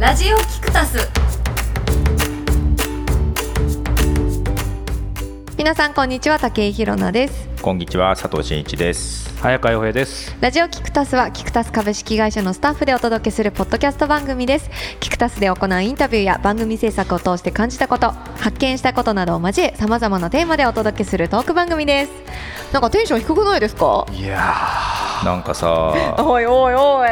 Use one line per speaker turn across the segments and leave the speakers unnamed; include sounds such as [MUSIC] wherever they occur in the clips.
ラジオキクタス
皆さんこんにちは竹井ひろなです
こんにちは佐藤真一です。
早川洋平です。
ラジオキクタスはキクタス株式会社のスタッフでお届けするポッドキャスト番組ですキクタスで行うインタビューや番組制作を通して感じたこと発見したことなどを交えさまざまなテーマでお届けするトーク番組ですなんかテンション低くないですか
いや
なんかさ、
おいおいお
もう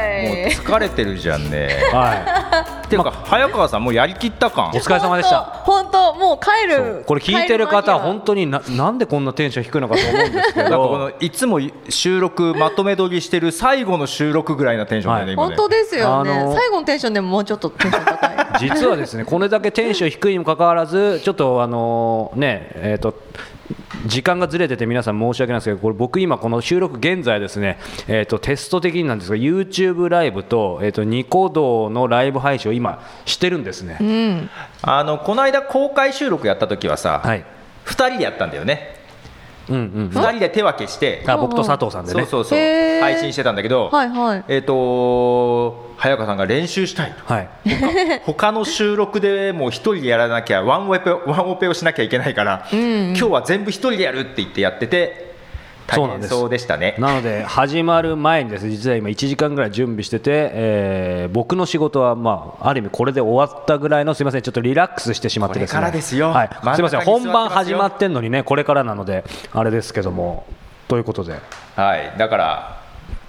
疲れてるじゃんね。 [LAUGHS]
ー、は
ていうか早川さんもうやりきった感
い、お。疲れ様でした。
本当もう帰
そうこれ聞いてる方、本
当
当にななんでこんなテンション低いのかと思うんですけ
なんかこの
ど、
いつも収録まとめ撮りしてる最後の収録ぐらいなテンションだよね、今
本
ね
当ですよね、
あの
最後のテンションでももうちょっとテンション高い
実はですね、これだけテンション低いにもかかわらず、ちょっとあのーね、えっ、と。時間がずれてて皆さん申し訳ないんですけどこれ僕今この収録現在ですねえっ、とテスト的になんですが YouTube ライブとえっ、とニコ動のライブ配信を今してるんですね、
うん
あのこの間公開収録やった時はさ、
はい
2人でやったんだよね
うんうん
2人で手分けして、
あ僕と佐藤さんで
そ
ね
うそうそう
へー
配信してたんだけど、
はいはい
えっ、と早川さんが練習したいと
はい
他の収録でもう1人でやらなきゃワンオペワンオペをしなきゃいけないから、今日は全部1人でやるって言ってやってて
そ
大
うなん
変
です
そうでしたね
なので始まる前にですね実は今1時間ぐらい準備してて、えー僕の仕事はまあある意味これで終わったぐらいのすみませんちょっとリラックスしてしまってですね
これからですよ
はい
真ん中に
すみません
座ってます
本
よ
番始まってんのにねこれからなのであれですけどもということで
はいだから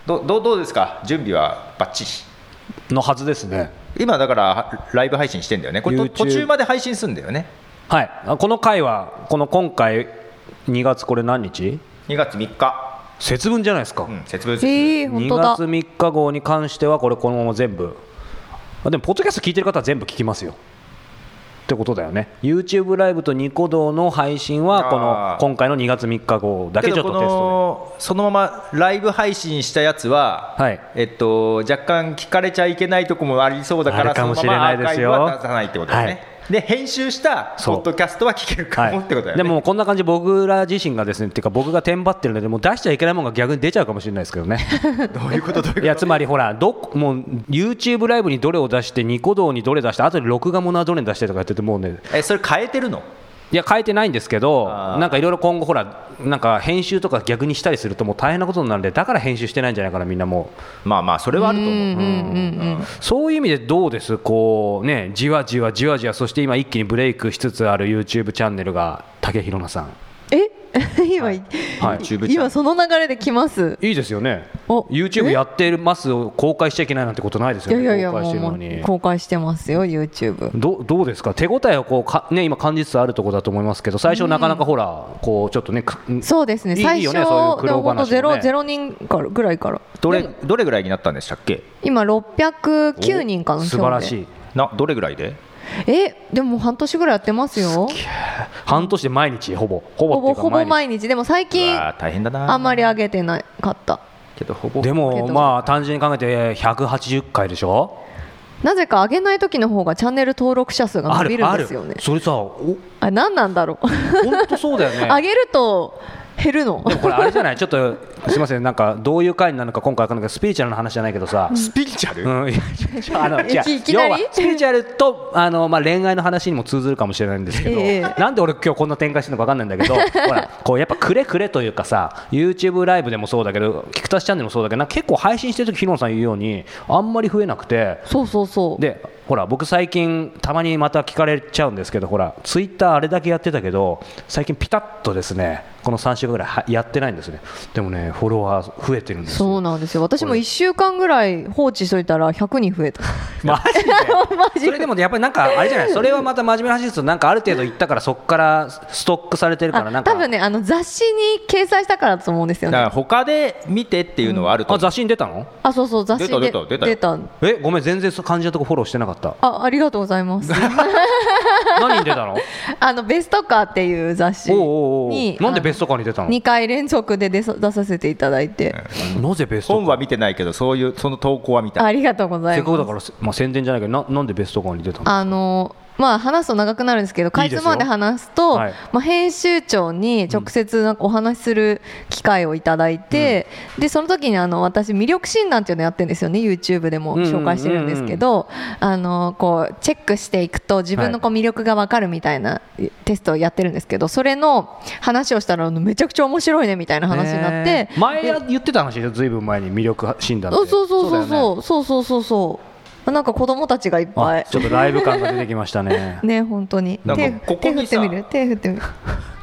どどどうですか準備はバッチリ
のはずですね
今だからライブ配信してんだよねこれと
YouTube
途中まで配信すんだよね
はいあこの回はこの今回2月これ何日
2月3日、
節分じゃないですか、
うん、節分
ええ本
2
当だ
月3日号に関してはこれこのまま全部あでもポッドキャスト聞いてる方は全部聞きますよってことだよね YouTube ライブとニコ動の配信はこ
あ
の
ー
今回の2月3日号だけちょっと
けど
テスト
このそのままライブ配信したやつは、
はい
えっと、若干聞かれちゃいけないとこもありそうだから
あるかも
そのまま
しれないですよ
アーカイブは出さないってことですね、
はい
で編集したポ
そう
ッドキャストは聞ける
で、
かもってことだよね、
でもこんな感じ僕ら自身がですねっていうか僕がテンパってるのでもう出しちゃいけないものが逆に出ちゃうかもしれないですけ
[LAUGHS]
どね
どういうことどういうこと
いやつまりほらどこもう YouTube ライブにどれを出してニコ動にどれ出してあとで録画ものはどれに出してとかやっててもうね
えそれ変えてるの
いや変えてないんですけど、
あー
なんかいろいろ今後、ほら、なんか編集とか逆にしたりすると、もう大変なことになるんで、だから編集してないんじゃないかな、みんなも
まあまあそれはあると思う
うんうんうんうん
う、そういう意味でどうです、こうね、じわじわじわじわ、そして今、一気にブレイクしつつある YouTube チャンネルが、竹ひろなさん、
え [LAUGHS] 今、
はい
YouTube
今その流れで来ます
いいですよね、
お
YouTube
え
やってますを公開しちゃいけないなんてことないです
い
よ
や
ね、
いやいや
公開
も
し
う
てる
も
の
う
に。
公開してますよ YouTube
どうどうですか手応えをこうか、ね、今、感じつつあるところだと思いますけど、最初、なかなかほら、こうちょっとね、か
そうですね
いい
最
よ
初
ねそういう苦
で
労
も本当
話
ゼ
も
ロ
ね
ゼロ人からぐらいから
どれどれぐらいになったんでしたっけ
今609人かな
素晴らし
い
い。
などれぐらいで
えでも半年ぐらいやってますよ
半年で毎日ほぼほぼ
ほぼ
っていうか
ほぼ
毎
毎日でも最
う
近
わー大変だな
あんまり上げてなかった
けどほぼ
日で
け
も
ど
まあ単純に考えて180回でしょ
なぜか上げない時の方がチャンネル登録者数が
あ
伸び
る
るん
あ
ですよね
るそれさお
あれ何なんだろう
本当そうだ
[LAUGHS]
よね
上げると減るの
でもこれあれじゃないちょっとすいませんなんかどういう回になるのか今回わかんないけどスピリチュアルな話じゃないけどさ
スピリチュアル、
うん、いや
[LAUGHS]
ちょあの違う
いき
要
なり
はスピリチュアルとあの、まあ、恋愛の話にも通ずるかもしれないんですけど、
ええ
なんで俺今日こんな展開してるのか分かんないんだ
[LAUGHS]
けどほらこうやっぱくれくれというかさ YouTube ライブでもそうだけどキクタスチャンネルもそうだけどなんか結構配信してる時ひろのさん言うようにあんまり増えなくて
[LAUGHS] そうそうそう
でほら僕最近たまにまた聞かれちゃうんですけどほらツイッターあれだけやってたけど最近ピタッとですねこの3週間ぐらいはやってないんですねでもねフォロワー増えてるんですよ
そうなんですよ私も1週間ぐらい放置しといたら100人増えた
[LAUGHS] マジで
[LAUGHS] マジ
[LAUGHS] それでもねやっぱりなんかあれじゃないそれはまた真面目な話ですとなんかある程度いったからそこからストックされてるからな
あ
んか
多分ねあの雑誌に掲載したからだと思うんですよ
だか
ね
ら他で見てっていうのはあると
あ
思う、
雑誌に出たの
あそうそう雑誌で
出た出た出
えごめん全然そう感じたとこフォローしてなかった
あありがとうございます
[LAUGHS] 何に出たの [LAUGHS]
あのベストカーっていう雑誌
おう
に
おうおうなんでベストカーに出たの
2回連続で出さ出させていただいて、
なぜベストカー
本は見てないけどそういうその投稿は見た
ありがとうござ
せ
い
っかく
ま
だ
す
から、まあ、宣伝じゃないけどななんでベストカーに出たの
あのまあ、話すと長くなるんですけどかいつまんで話すと
はい
まあ、編集長に直接なんかお話しする機会をいただいて、でその時にあの私魅力診断っていうのやってるんですよね YouTube でも
うんうんうんうん
紹介してるんですけど、あのこうチェックしていくと自分のこう魅力が分かるみたいなテストをやってるんですけどそれの話をしたらめちゃくちゃ面白いねみたいな話になって
ね。前や言ってた話でしょずいぶん前に魅力診断
あそうそうそう
だよね
そうそうそうそうそうなんか子供たちがいっぱ
あ
い
ちょっとライブ感が出てきましたね
[LAUGHS] ね本当に
なんか
手
ここ
手振
に
って
さ
みる手振ってみる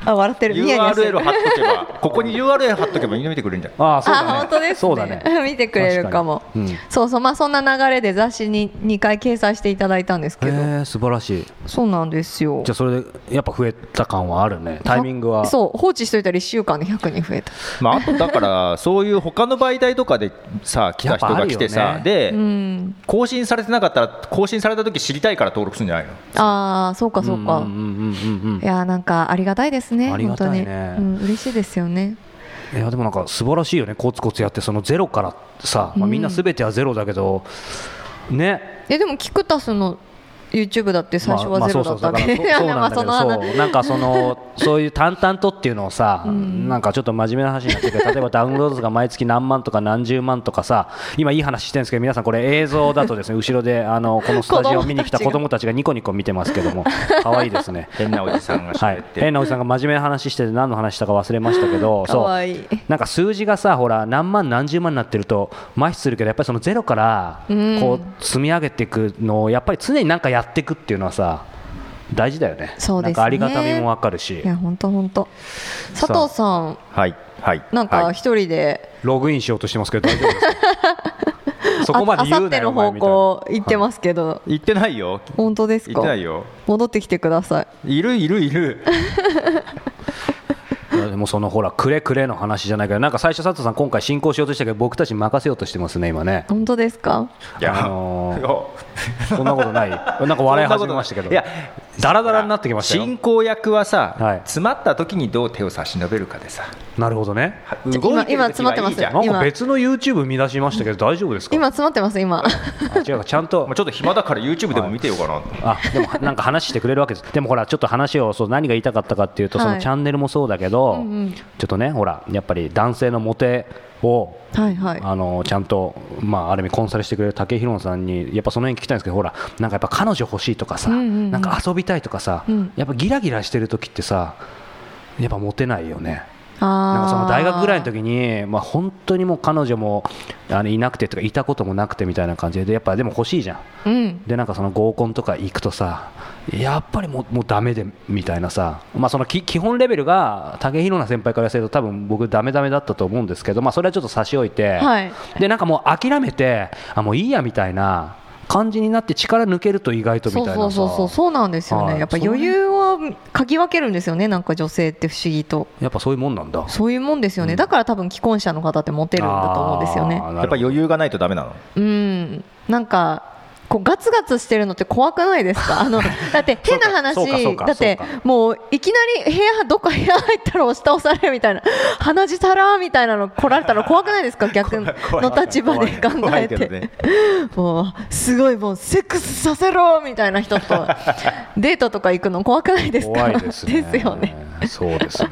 あ笑
[LAUGHS]
ってるニヤニヤしてる
URL 貼っとけばここに URL 貼っとけばみんな見てくれるんじゃん
ああそうだね
あ本当ですね
そうだね
[LAUGHS] 見てくれるかも
確かにうん
そうそうまあそんな流れで雑誌に2回掲載していただいたんです
へ
けど
え素晴らしい
そうなんですよ
じゃあそれでやっぱ増えた感はあるねタイミングは
そう放置しといたら1週間で100人増えた
まあ、あとだからそういう他の媒体とかでさ来た人が来て
やっぱあ
さ、
るよ
で、
うん
更新されてなかったら更新された時知りたいから登録するんじゃないの
ああそうか
う
そ
ん
う
うんう
か、
んうんうん
いやーなんかありがたいですね
ありがたいね
本当に、うん、嬉しいですよね
いやでもなんか素晴らしいよねコツコツやってそのゼロからさ、まあ、みんなすべてはゼロだけど、ね
えでもキクタスの YouTube だって最初
ま
は
あ
ゼロだったわけ
まあそうそ
[LAUGHS]
うだからそうそうなんだけどそうなんかそのそういう淡々とっていうのをさ、なんかちょっと真面目な話になってるけど例えばダウンロード数が毎月何万とか何十万とかさ今いい話してるんですけど皆さんこれ映像だとですね後ろであのこのスタジオを見に来た子供たちがニコニコ見てますけども可愛いですね。
変なおじさんが
は
喋
い
っ、て、
変なおじさんが真面目な話してて何の話したか忘れましたけど
かわいい
そうなんか数字がさほら何万何十万になってると麻痺するけどやっぱりそのゼロから
うん
こう積み上げていくのをやっぱり常になんかやっていくっていうのはさ大事だよね
そうですね
なんかありがたみもわかるし
いや本当本当
さあ
佐藤さん
はいはい
なん
は
か
い
一人で、
ログインしようとしてますけど大丈夫です
[LAUGHS]
かそこま
あ
で
さ
言う
っ
な
て
よ
の
お
方
前みた
向
いな
行ってますけど、
行ってないよ
本当です
行って
か
ないよ
戻ってきてください
いるいるいる
いやでもそのほらくれくれの話じゃないけどなんか最初佐藤さん今回進行しようとしたけど僕たちに任せようとしてますね今ね
本当ですか
いや、
あのー
いや
そんなことないなんか笑い始めましたけど
いや
ダラダラになってきましたよ
進行役はさ、
はい
詰まった時にどう手を差し伸べるかでさ
なるほどね
動いてる時
今
はいいじゃ
今
ん
詰まってますよ
なんか別の YouTube 見出しましたけど大丈夫ですか
今詰まってます今
あ違うかちゃんと
まあちょっと暇だから YouTube でも見てようかな、
あでもなんか話してくれるわけですでもほらちょっと話をそう何が言いたかったかっていうと、そ
は
の
い
チャンネルもそうだけど、
うんうん
ちょっとねほらやっぱり男性のモテを
[LAUGHS] はいはい
あのちゃんと、まあ、ある意味コンサルしてくれる武井宏さんにやっぱその辺聞きたいんですけどほらなんかやっぱ彼女欲しいとかさ、
うんうんうん
なんか遊びたいとかさ、
うん
やっぱギラギラしてる時ってさやっぱモテないよね。
あー
なんかその大学ぐらいの時に、まあ、本当にもう彼女もあのいなくてとかいたこともなくてみたいな感じでやっぱでも欲しいじゃん
うん
でなんかその合コンとか行くとさやっぱりもうもうダメでみたいなさ、まあ、そのき基本レベルが武井宏奈先輩からすると多分僕ダメダメだったと思うんですけど、まあ、それはちょっと差し置いて、
はい
でなんかもう諦めてあもういいやみたいな感じになって力抜けると意外とみた
そ
いうなさ
そうそうそうそうなんですよね、
はい
やっぱ余裕をかぎ分けるんですよねなんか女性って不思議と
やっぱそういうもんなんだ
そういうもんですよね、だから多分既婚者の方ってモテるんだと思うんですよね
や
あーな
っ
るほ
ぱ
ど
余裕がないとダメなの
うん、なんか。こうガツガツしてるのって怖くないですか。あ [LAUGHS] の、だって変な話
そうかそう、か
だって
そうか
もういきなり部屋どっか部屋入ったら押し倒されるみたいな。鼻血たらーみたいなの来られたら怖くないですか、
[LAUGHS]
逆 [LAUGHS] の
怖い
立場で考
怖
え
いけど
て
ね。
もうすごいもうセックスさせろみたいな人
[LAUGHS]
とデートとか行くの怖くないですか。
怖いですね
ですよね。
そうですね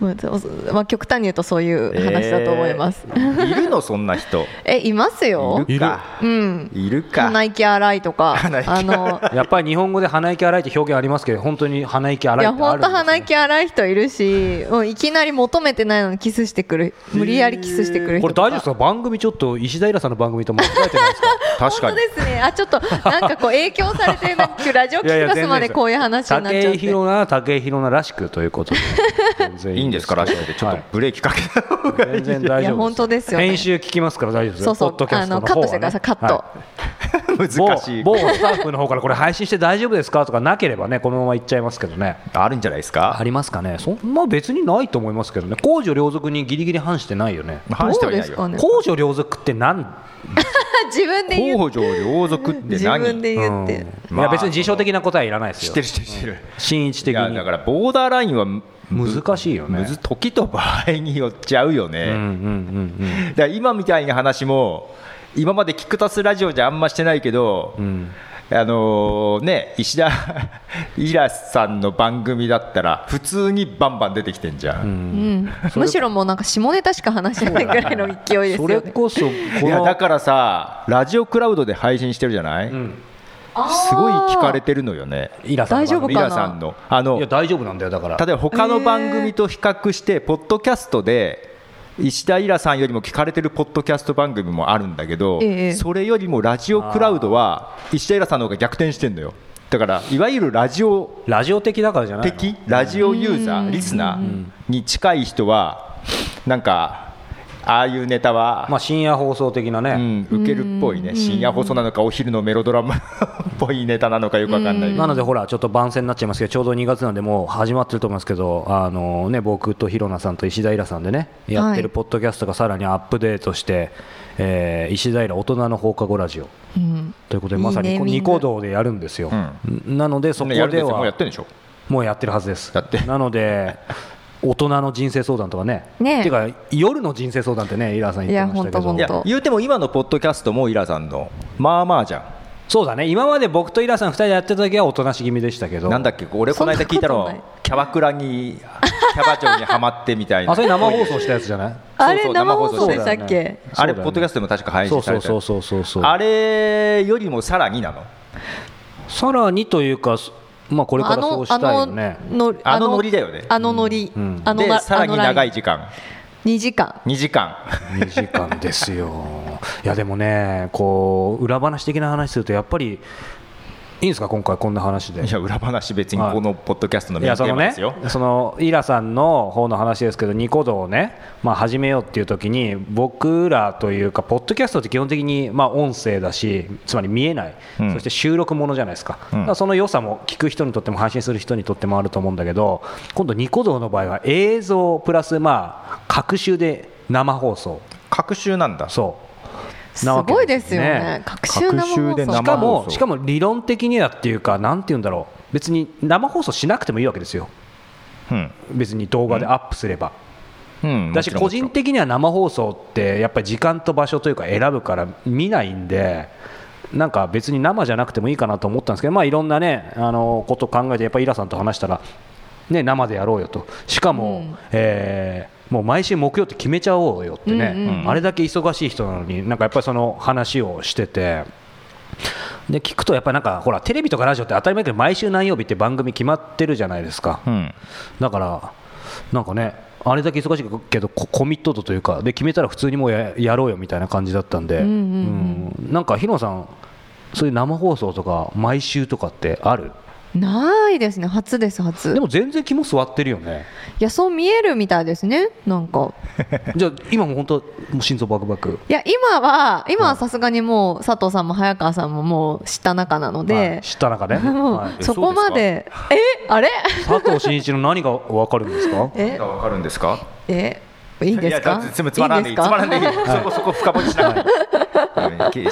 まあそうまあ極端に言うとそういう話だと思います。
えーいるのそんな人
え、いますよ。
いるか
うん。
いるか
鼻息荒いとか、
鼻息
あの。
やっぱり日本語で鼻息荒いって表現ありますけど本当に鼻息
い
荒い
や
ってある
本
んです
当
ね
鼻息荒い人いるし、もういきなり求めてないのにキスしてくる無理やりキスしてくる人
これ
とか
大丈夫ですか番組ちょっと石平さんの番組と間違えてないですか
確か
本当
に
ですねあちょっとなんかこう影響されてなんかラジオ聞き出すまでこういう話になっちゃっ
武井
て
宏奈武井宏奈らしくということで全然
いいんですからしくてちょっとブレーキかけた方が
はい全然大丈夫
いや本当ですよね
編集聞きますから大丈夫です
そ
よ
うそ
ポ
う
ッドキャ
あ
スト
の
の
カッ
方
ト
はね
してくださいカット
は
難しい
某某スタッフの方からこれ配信して大丈夫ですかとかなければねこのままいっちゃいますけどね
あるんじゃないです
あ
か
りますかねそんな別にないと思いますけどね公序良俗にギリギリ反してないよね
反して
どう
は
で
いない
すか
よ
ね
公序良俗って何
自分で言う
公序良俗って
自分
何
で言って
うんい
ま
や
あ
別に辞書的な答えはいらないで
知
す
っ
よ
てる知ってる知ってる
真一
い
的
や
に
だからボーダーラインは
難しいよね
むず時と場合によっちゃうよ
うんうん
ね、
うんうん
だから今みたいな話も今までキクタスラジオじゃあんましてないけど、
うん
あのーね石田 [LAUGHS] イラさんの番組だったら普通にバンバン出てきてんじゃん、
うん、むしろもうなんか下ネタしか話してないぐらいの勢いです
そ
よ
れ
ね。
こそ
い
こ
や
の
だからさラジオクラウドで配信してるじゃない、すごい聞かれてるのよね
イラさんの
大丈夫
番
か
イ
な
ラさんのあ
組
の
いや
例
大丈夫なんだよだから
えば他の番組と比較してポッドキャストで石田イラさんよりも聞かれてるポッドキャスト番組もあるんだけど、
ええ
それよりもラジオクラウドは石田イラさんの方が逆転してんのよだからいわゆるラジオ
ラジオ的だからじゃないの
的ラジオユーザーリスナーに近い人はなんかああいうネタは
まあ深夜放送的なね、
うん、受けるっぽいね深夜放送なのかお昼のメロドラマっぽいネタなのかよくわかんないけど
なのでほらちょっと番宣になっちゃいますけどちょうど2月なんでもう始まってると思いますけどあのね僕とひろなさんと石平さんでねやってるポッドキャストがさらにアップデートして、えー石平大人の放課後ラジオ
うん
ということでまさ
いい
に
ネーミング
ニコ動でやるんですよ、なのでそこ
ね
で
やるんですよもうや
は
ってるんでしょ
もうやってるはずです
やって
な
[LAUGHS]
ので大人の人生相談とかね
ねえ
ていうか夜の人生相談ってねイラさん言ってましたけ
いやほんとほん
ど
い
と
や言うても今のポッドキャストもイラさんのまあまあじゃ
そうだね今まで僕とイラさん2人でやってた時はおとなし気味でしたけど
んなんだっけ俺この間聞いた
そんなことな
のキャバクラにキャバ嬢にはまってみたいな
あそれ生放送したやつじゃない
あ
そう
れ
そう
生放送でした
生
っ
放送だよ
け
ね？
あれ
そ
ポッド
うだよね
キャストでも確か配信
そう
さ
そ
れ
う
て
そう
る
そうそうそう
あれよりもさらになの
さらにというか、すまあ、これからそうしたいよね。
の
あのノリだよね
あのノリ、
ん
あの
で
な
さらに
あのライン
長い時間
2時間
2時間
2時間ですよ。いやでもね、こう裏話的な話するとやっぱりいいんですか今回こんな話で。
いや裏話別にこのポッドキャストの
い
メイン
や
テ
そ
ー
の
マ
ね
ですよ、
そのイラさんの方の話ですけど、ニコ動をね、まあ、始めようっていう時に、僕らというか、ポッドキャストって基本的にまあ音声だし、つまり見えない、
うん
そして収録ものじゃないですか、
うん
だからその良さも聞く人にとっても、配信する人にとってもあると思うんだけど、今度、ニコ動の場合は映像プラス、まあ、各週で生放送、
隔週なんだ
そう。
す
なわけ
ごいですよね。
ですね
学習生
隔週
放
で
送
し
生
か
放
も
送
しかも理論的にはっていうか、なんて言うんだろう、別に生放送しなくてもいいわけですよ、
うん
別に動画でアップすれば。
うん
だし
も
個
ちろん
人的には生放送ってやっぱり時間と場所というか選ぶから見ないんでなんか別に生じゃなくてもいいかなと思ったんですけど、まあ、いろんなねあのことを考えてやっぱりイラさんと話したら、ね、生でやろうよとしかも、
うん
えーもう毎週木曜って決めちゃおうよってね、
うん
あれだけ忙しい人なのになんかやっぱりその話をしてて。で聞くとやっぱりなんかほらテレビとかラジオって当たり前だけど毎週何曜日って番組決まってるじゃないですか、
うん
だから、なんかね、あれだけ忙しいけど、ココミット度というか、で決めたら普通にもうややろうよみたいな感じだったんで、
んうん
うんなんか、日野さん、そういう生放送とか、毎週とかってある
ないですね。初です初。
でも全然肝座ってるよ
[LAUGHS]
ね、
いやそう見えるみたいですね。なんか
じゃあ、今もう本当、もう心臓バクバク、
いや今は今はさすがにもう佐藤さんも早川さんももう知った仲なの
はい
で、
知った中ね、
[LAUGHS] もう
はい
そこまでえあれ
佐藤真一の何が分かるんですか
[LAUGHS] え
がわかるんですか
えいいんです
いや
か
だってつまつまらんでいい
です
つ
か
まらんでいい、そこそこ深掘りしながら、うん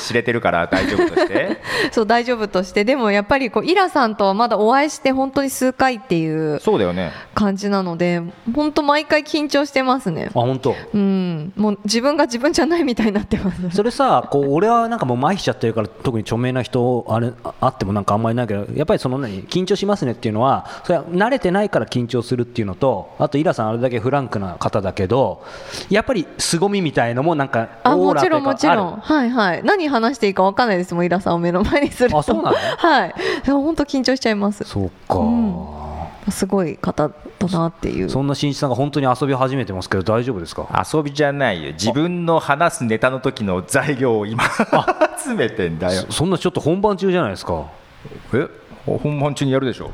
知れてるから大丈夫として
[LAUGHS] そう大丈夫としてでもやっぱりこうイラさんとはまだお会いして本当に数回っていう
そうだよね
感じなので本当毎回緊張してますね
あ本当
うんもう自分が自分じゃないみたいになって [LAUGHS] ます
それさこう俺はなんかもう麻痺しちゃってるから特に著名な人あれああってもなんかあんまりないけどやっぱりその何緊張しますねっていうのはそれは慣れてないから緊張するっていうのとあとイラさんあれだけフランクな方だけどやっぱり凄みみたいのもなんか
あ
[LAUGHS] オー
も
ラと
ち
いうか
ろんもちろん
ある
はいはい何話していいか分かんないですもんイラさんを目の前にすると
あそうなの
はい本当緊張しちゃいます
そうか、
すごい方だなっていう
そんな新一さんが本当に遊び始めてますけど大丈夫ですか
遊びじゃないよ自分の話すネタの時の材料を今集めてんだよ
そそんなちょっと本番中じゃないですか
え本番中にやるでしょ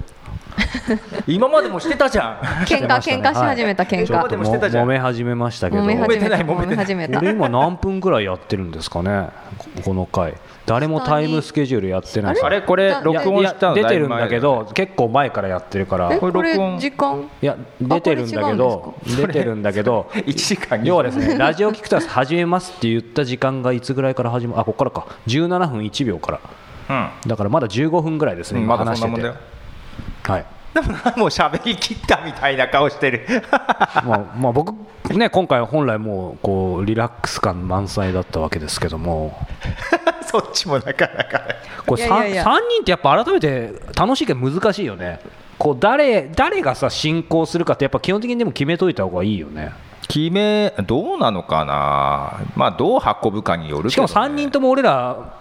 今までもしてたじゃ
喧嘩
してました
喧
ね
嘩し始めた喧
ちょっと
嘩
でもしてたじゃん
揉め始めましたけど
揉め
始
始めた
揉
揉
めてない揉めてな
め
い
始めた
俺今何分ぐらいやってるんですかねここの回誰もタイムスケジュールやってないです
んあれこれ
い
録音したの
いや出て
だい
る
ぶ
ん
前
だけど結構前からやってるから
え
これ
これ
録音
時間
いや出てるんだけど出てるんだけど
1時間に
要はですねラジオ聞くと始めますって言った時間がいつぐらいから始まあここからか17分1秒から
うん
だからまだ15分ぐらいです
う
ね
ん
今
まだ
話し
そ
て
んなもんだ
て
よ
はい
でもなもう喋り切ったみたいな顔してる [LAUGHS]
まあまあ僕ね今回本来もうこうリラックス感満載だったわけですけども
そっちもなかなか
これ
いやいやいや
3, 人ってやっぱ改めて楽しいけど難しいよねこう誰誰がさ進行するかってやっぱ基本的にでも決めといた方がいいよね
決めどうなのかなまあどう運ぶかによる
し
け
か
ど、
も
ね、
3人とも俺ら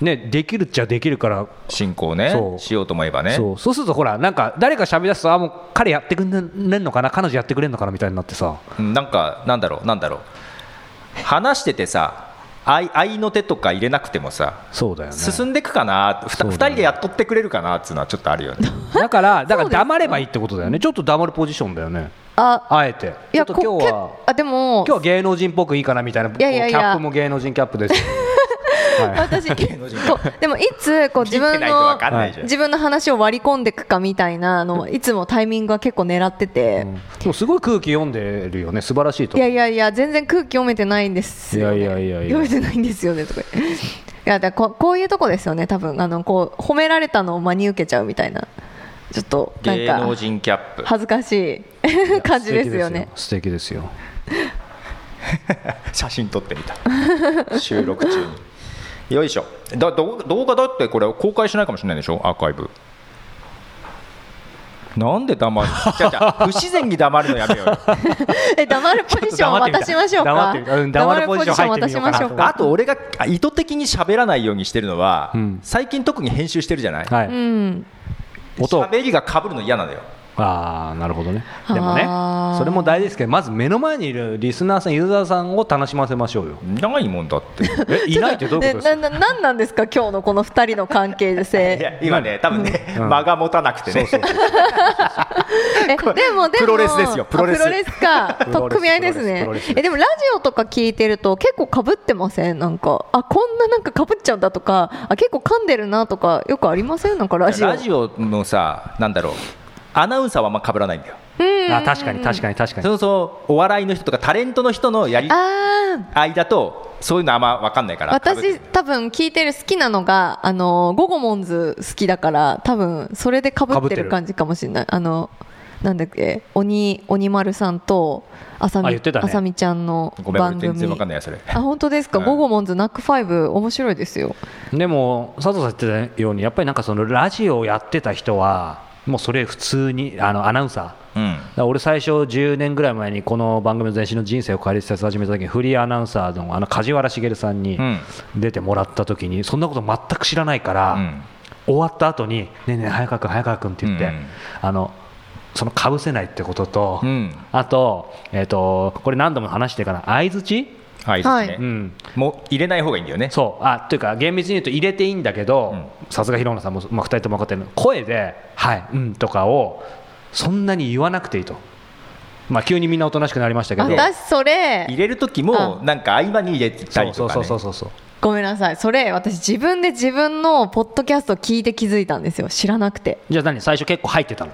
ねできるっちゃできるから
進行ね
そう
しようと思えばね
そうそうするとほらなんか誰か喋り出すとあもう彼やってくれんのかな彼女やってくれんのかなみたいになってさ
うんなんかなんだろうなんだろう話しててさ合い合いの手とか入れなくてもさ
そうだよね
進んでいくかな、ふた
そう
二
だね
人でやっとってくれるかなっていうのはちょっとあるよね
だからだから黙ればいいってことだよねちょっと黙るポジションだよね
あ
あえて
いや
ちょ
こ
っと今日は
けあでも
今日は芸能人っぽくいいかなみたいなこう
いやいやい
キ
や
ャップも芸能人キャッ
[LAUGHS]
プですしはい
私こうでもいつこう [LAUGHS] 自
聞い
分
てないとわ
の
かんないじゃん、
自分の話を割り込んでいくかみたいなのをいつもタイミングは結構狙ってて、
でもすごい空気読んでるよね素晴らしいと
いや
思う
いやいや全然空気読めてないんですよ、ね、
いやいやいやいや
読めてないんですよねとか言っていやだからここういうとこですよね多分あのこう褒められたのを真に受けちゃうみたいなちょっとな
芸能
んか
人キャップ
恥ずかしい感じですよね
素敵ですよ
写真撮ってみた [LAUGHS] 収録中によいしょだ動画動画だってこれ公開しないかもしれないでしょアーカイブなんで黙る違う違
[LAUGHS]
う不自然に黙るのやめようよ
え黙るポジションを渡しましょう
黙
か
ってみたうん黙るポジション入ってみようかな
黙るポジション渡しましょうか
あと俺があ意図的に喋らないようにしてるのは、
うん
最近特に編集してるじゃない、
はい、
うん
音を
喋りがかぶるの嫌なのよ
ああなるほどねでもね
あー
それも大事ですけどまず目の前にいるリスナーさんユーザーさんを楽しませまし
[LAUGHS]
ょうよ
ないもんだって
えいないってどういうことです
なななんなんですか今日のこの二人の関係
[LAUGHS]
い
性
や今ね多分ね、
うん
間が持たなくてね
えでもでも
プロレスですよプロレス
あプロレスか
プロレス
取っ組み合いですね
プロレスプロレス
えでもラジオとか聞いてると結構かぶってませんなんかあこんななんかかぶっちゃうんだとかあ結構噛んでるなとかよくありませんなんかラジオ
ラジオのさなんだろうアナウンサーはあんま被らないんだよ
かあ確かに確かに確か
そ
に
もそもお笑いの人とかタレントの人のやり
あ
間とそういうのあんま分かんないか
あ
ら
私
被る
多分聞いてる好きなのがあのゴゴモンズ好きだから多分それでかぶってる感じかもしれないあのなんだっけ鬼鬼丸さんとあさ
あ
み
言ってたね
あさみちゃんの
ごめん
番
俺全
組
然分かんないやそれ
あ本当ですか、
うん
ゴゴモンズナックファイブ面白いですよ
でも佐藤さん言ってたようにやっぱりなんかそのラジオをやってた人はもうそれ普通にあのアナウンサ
う
ー
ん
だから俺最初10年ぐらい前にこの番組の前身の人生を変える施設始めた時にフリーアナウンサーのあの梶原茂さんに
うん
出てもらった時にそんなこと全く知らないから、
うん
終わった後に「ねえねえ早川君早川君」って言って、
うん
あのそのかぶせないってことと、
うん
あと,、えー、とこれ何度も話してるから相づち、
はいですね、
はい
うん、
もう入れない方がいいんだよね
そうあというか厳密に言うと入れていいんだけどさすが広野さんも、まあ、2人とも分かってるの声で「はい」うんとかをそんなに言わなくていいと、まあ、急にみんなおとなしくなりましたけど
私そ
入
れ
れる時もなんか合間に入れた
そ
り
う
と
そう
か、
そう
ね、
そうそうそう
ごめんなさいそれ私自分で自分のポッドキャストを聞いて気づいたんですよ知らなくて
じゃあ何最初結構入ってたの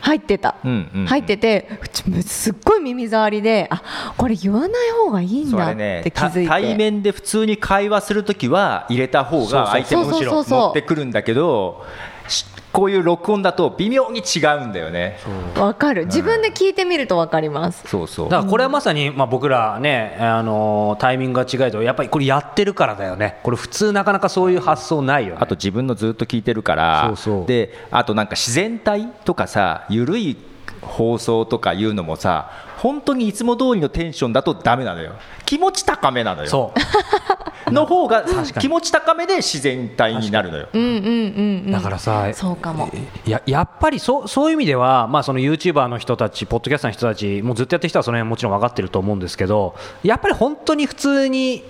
入ってた、
うんうんうん
入っててうちすっごい耳障りであこれ言わない方がいいん
そ
だ
れ
っ
ね
て気
た
づいて、
対面で普通に会話するときは入れた方が相手も
そう
む
そう
し
そう
ろ
そう
乗ってくるんだけどしこういう録音だと微妙に違うんだよね
わかる自分で聞いてみるとわかります、
そうそう
だからこれはまさに、まあ、僕らね、あのータイミングが違いとやっぱりこれやってるからだよねこれ普通なかなかそういう発想ないよね
あと自分のずっと聞いてるから
そうそう
であとなんか自然体とかさ緩い放送とかいうのもさ本当にいつも通りのテンションだとダメなのよ気持ち高めなのよ
そう
の方が
かに
気持ち高めで自然体になるのよ
うん、うんうんうん
だからさ
そうかも
[LAUGHS] ややっぱりそうそういう意味では、まあ、その YouTuber の人たち、ポッドキャスターの人たち、もうずっとやってる人はその辺もちろん分かってると思うんですけど、やっぱり本当に普通に、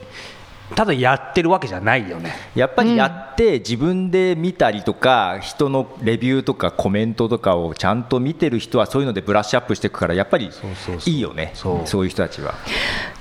ただやってるわけじゃないよね。
やっぱりやって自分で見たりとか、人のレビューとかコメントとかをちゃんと見てる人はそういうのでブラッシュアップしていくからやっぱり
うそうそ
いいよねそう
そう
いう人たちは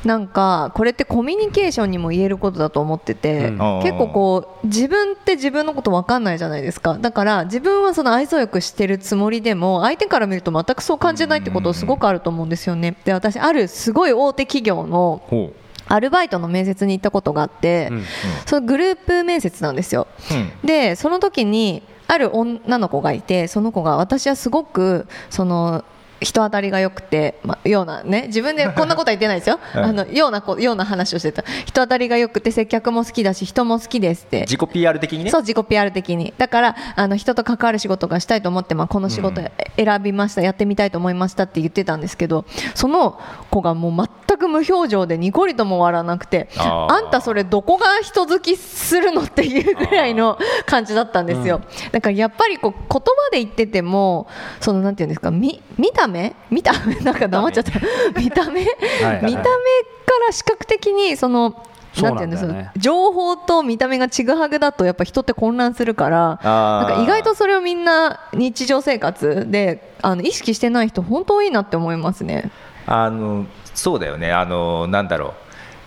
なんかこれってコミュニケーションにも言えることだと思ってて、
うん
結構こう自分って自分のこと分かんないじゃないですかだから自分はその愛想よくしてるつもりでも相手から見ると全くそう感じないってことすごくあると思うんですよね。で私あるすごい大手企業の
ほ
アルバイトの面接に行ったことがあって、
うん
そのグループ面接なんですよ。
う、うん
でその時にある女の子がいてその子が私はすごくその人当たりが良くて、まあ、ようなね自分
[LAUGHS]
でこんなことは言ってないですよ、
うん
あのようなこような話をしてた人当たりが良くて接客も好きだし人も好きですって
自己 PR 的にね
そう自己 PR 的にだからあの人と関わる仕事がしたいと思って、まあ、この仕事選びました、やってみたいと思いましたって言ってたんですけどその子がもう全く無表情でニコリとも笑わなくて
あ
あ
ー
んたそれどこが人好きするのっていうぐらいの感じだったんですよ、だからやっぱりこう言葉で言っててもそのなんていうんですかみ見た目見た目 [LAUGHS] なんか黙っちゃった見た目見た
はい
目から視覚的にその
そう
て
なんだよね
いですか情報と見た目がちぐはぐだとやっぱ人って混乱するから
あ
なん
ー
か意外とそれをみんな日常生活であの意識してない人本当多いなって思いますね。
あのそうだよねあのなんだろ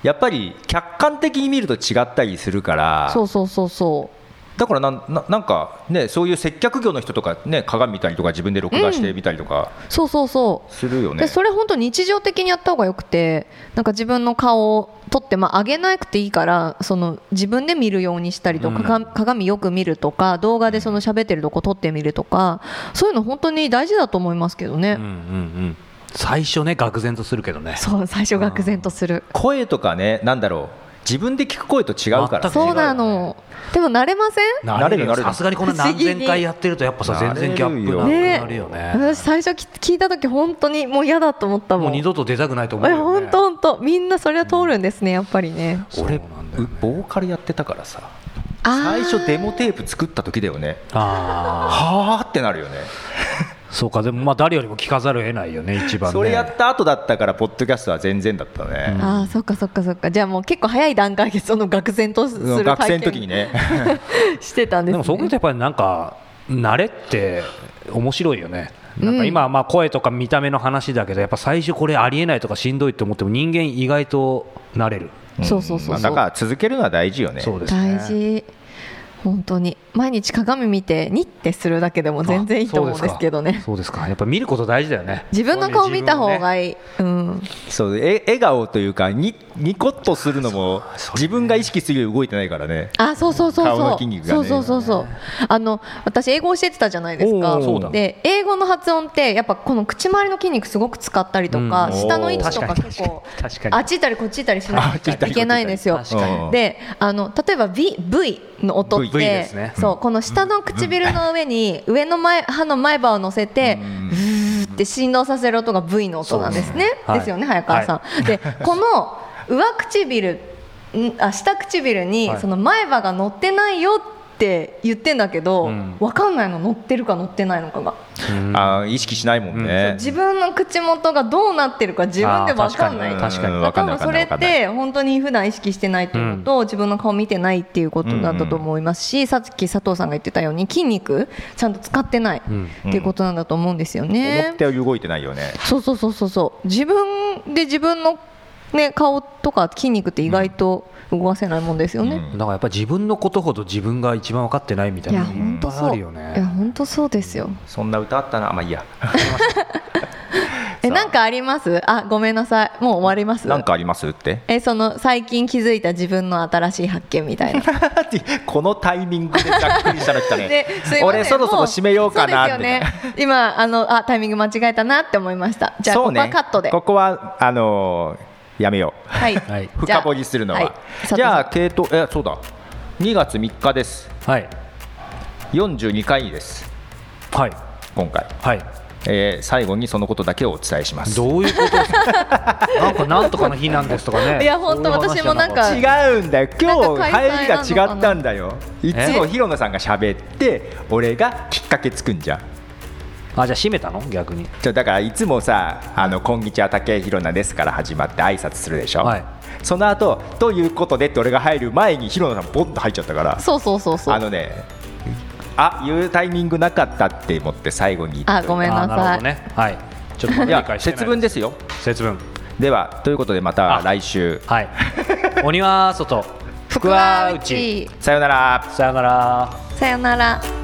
うやっぱり客観的に見ると違ったりするから
そうそうそうそう
だからなんななんかねそういう接客業の人とかね鏡見たりとか自分で録画してみたりとか
そうそうそう
するよね、
でそれ本当日常的にやった方がよくてなんか自分の顔を撮って、まあ、上げなくていいからその自分で見るようにしたりとか、
うん
か鏡よく見るとか動画でその喋ってるとこ撮ってみるとかそういうの本当に大事だと思いますけどね、
うんうんうん最初ね愕然とするけどね
そう最初愕然とする、
声とかねなんだろう自分で聞く声と違うから
全く
そうなのでも慣れません
慣れる
慣れる慣
よ
れる
さすがにこんな何千回やってるとやっぱさ
不思
全
議
然ギャップなく
ね
なるよね
私最初き聞いた時本当にもう嫌だと思ったもん
もう二度と出たくないと思う
え
よ、ね、
本当本当みんなそれは通るんですねやっぱりね
俺
そう [LAUGHS] なんだよね
ボーカルやってたからさ
あ
最
ー
初デモテープ作った時だよね
あ
はあってなるよね
あそうかでもまあ誰よりも聞かざるを得ないよね一番ね
それやった後だったからポッドキャストは全然だったね、
あーそっかそっかそっかじゃあもう結構早い段階でその愕然とす
うん
る
学
体
生の時に
験
ね
してたんです、
で
ね、
もそういうとやっぱりなんか慣れって面白いよねなんか今はまあ声とか見た目の話だけどやっぱ最初これありえないとかしんどいと思っても人間意外と慣れる
そうそうそうそうん
まあだから続けるのは大事よね
そうですね
大事本当に毎日鏡見てニッてするだけでも全然いいと思うんですけど
あ
ね
そうですかそうですかやっぱ見ること大事だよね
自分の顔見た方が
いい
いい、うん
そうえ笑顔というかにニコッとするのも自分が意識するように動いてないからね
あそうそうそう
顔の
そう、
筋肉がね
そうそうそうそうあの私英語教えてたじゃないですか
おーそうだ
で英語の発音ってやっぱこの口周りの筋肉すごく使ったりとか、
うん
下の位置とか
確かに
結構
確かに
あっち行ったりこっち行ったりしな
あっち行
い
った
と
り
いけないんですよ
確かに
うん
であの例えば V, v の音って
V
ですね
そうこの下の唇の上に上の前歯の前歯を乗せて、うーって振動させる音が V の音なんですね。
そうですね
ですよね、早川さん。でこの上唇んあ下唇に
はい
その前歯が乗ってないよって言ってんだけど、
うん
わかんないの乗ってるか乗ってないのかが
あー意識しないもんね、
自分の口元がどうなってるか自分でわかんない
あー確かに
うん
だ
わ
か
かん
ら多分
ないわかん
そ
ない
れ
わか
っ
んない
て本当に普段意識してないっていうのと、自分の顔見てないっていうことだったと思いますし、さっき佐藤さんが言ってたように筋肉ちゃんと使ってない
ん
っていうことなんだと思うんですよね。
思ったより動いてないよね
そうそうそうそうそう自分で自分の、ね、顔とか筋肉って意外と動かせないもんですよね。
うん
だからやっぱり自分のことほど自分が一番分かってないみたい
い
な
や
のい
本
っ
当
ぱいあ
そう、
るよ
いや
ね
本当そうですよ。
そんな歌あったなまあいいや
え
さあ
なんかあります？あごめんなさいもう終わります。
[LAUGHS] なんかあります [LAUGHS] って
えその最近気づいた自分の新しい発見みたいな。
このタイミングでざっくりしたの来たね
で、すいません
俺そろそろ締めようかな
も
っ
うそう
て
ですよね。今あのあタイミング間違えたなって思いました。じゃあ、
そ
こ
う
こはカットで。
ここはあのーやめよう [LAUGHS]
はい。
はい
じゃあ
深掘りするのは、
はい佐藤さん
じゃあ系統えそうだ2月3日です
はい
42回です
はい
今回、
はい
えー最後にそのことだけをお伝えします
どういうことですか [LAUGHS] なんかなんとかの日なんですとかね
いや本当
そういう話
私もなんか
じゃ
違
違うんだよ今
なん
日
か開催
入りが違ったんだよい
かな
つも広野さんが喋って俺がきっかけつくんじゃん
あじゃあ閉めたの逆に
ちょだからいつもさ「あのこんにちは竹井宏奈です」から始まって挨拶するでしょ、
はい
その後ということで」って俺が入る前に宏奈さんボンと入っちゃったから
そうそうそうそう。
あのねあ言うタイミングなかったって思って最後に言っとい
あ
た
ごめんなさ。
あないるほどねはいちょっとま
い
だ理
や
解してない
節分ですよ
節分
ではということでまた
あ
来週
はい
[LAUGHS]
鬼は外
福は内
さようなら
さよなら
さよなら。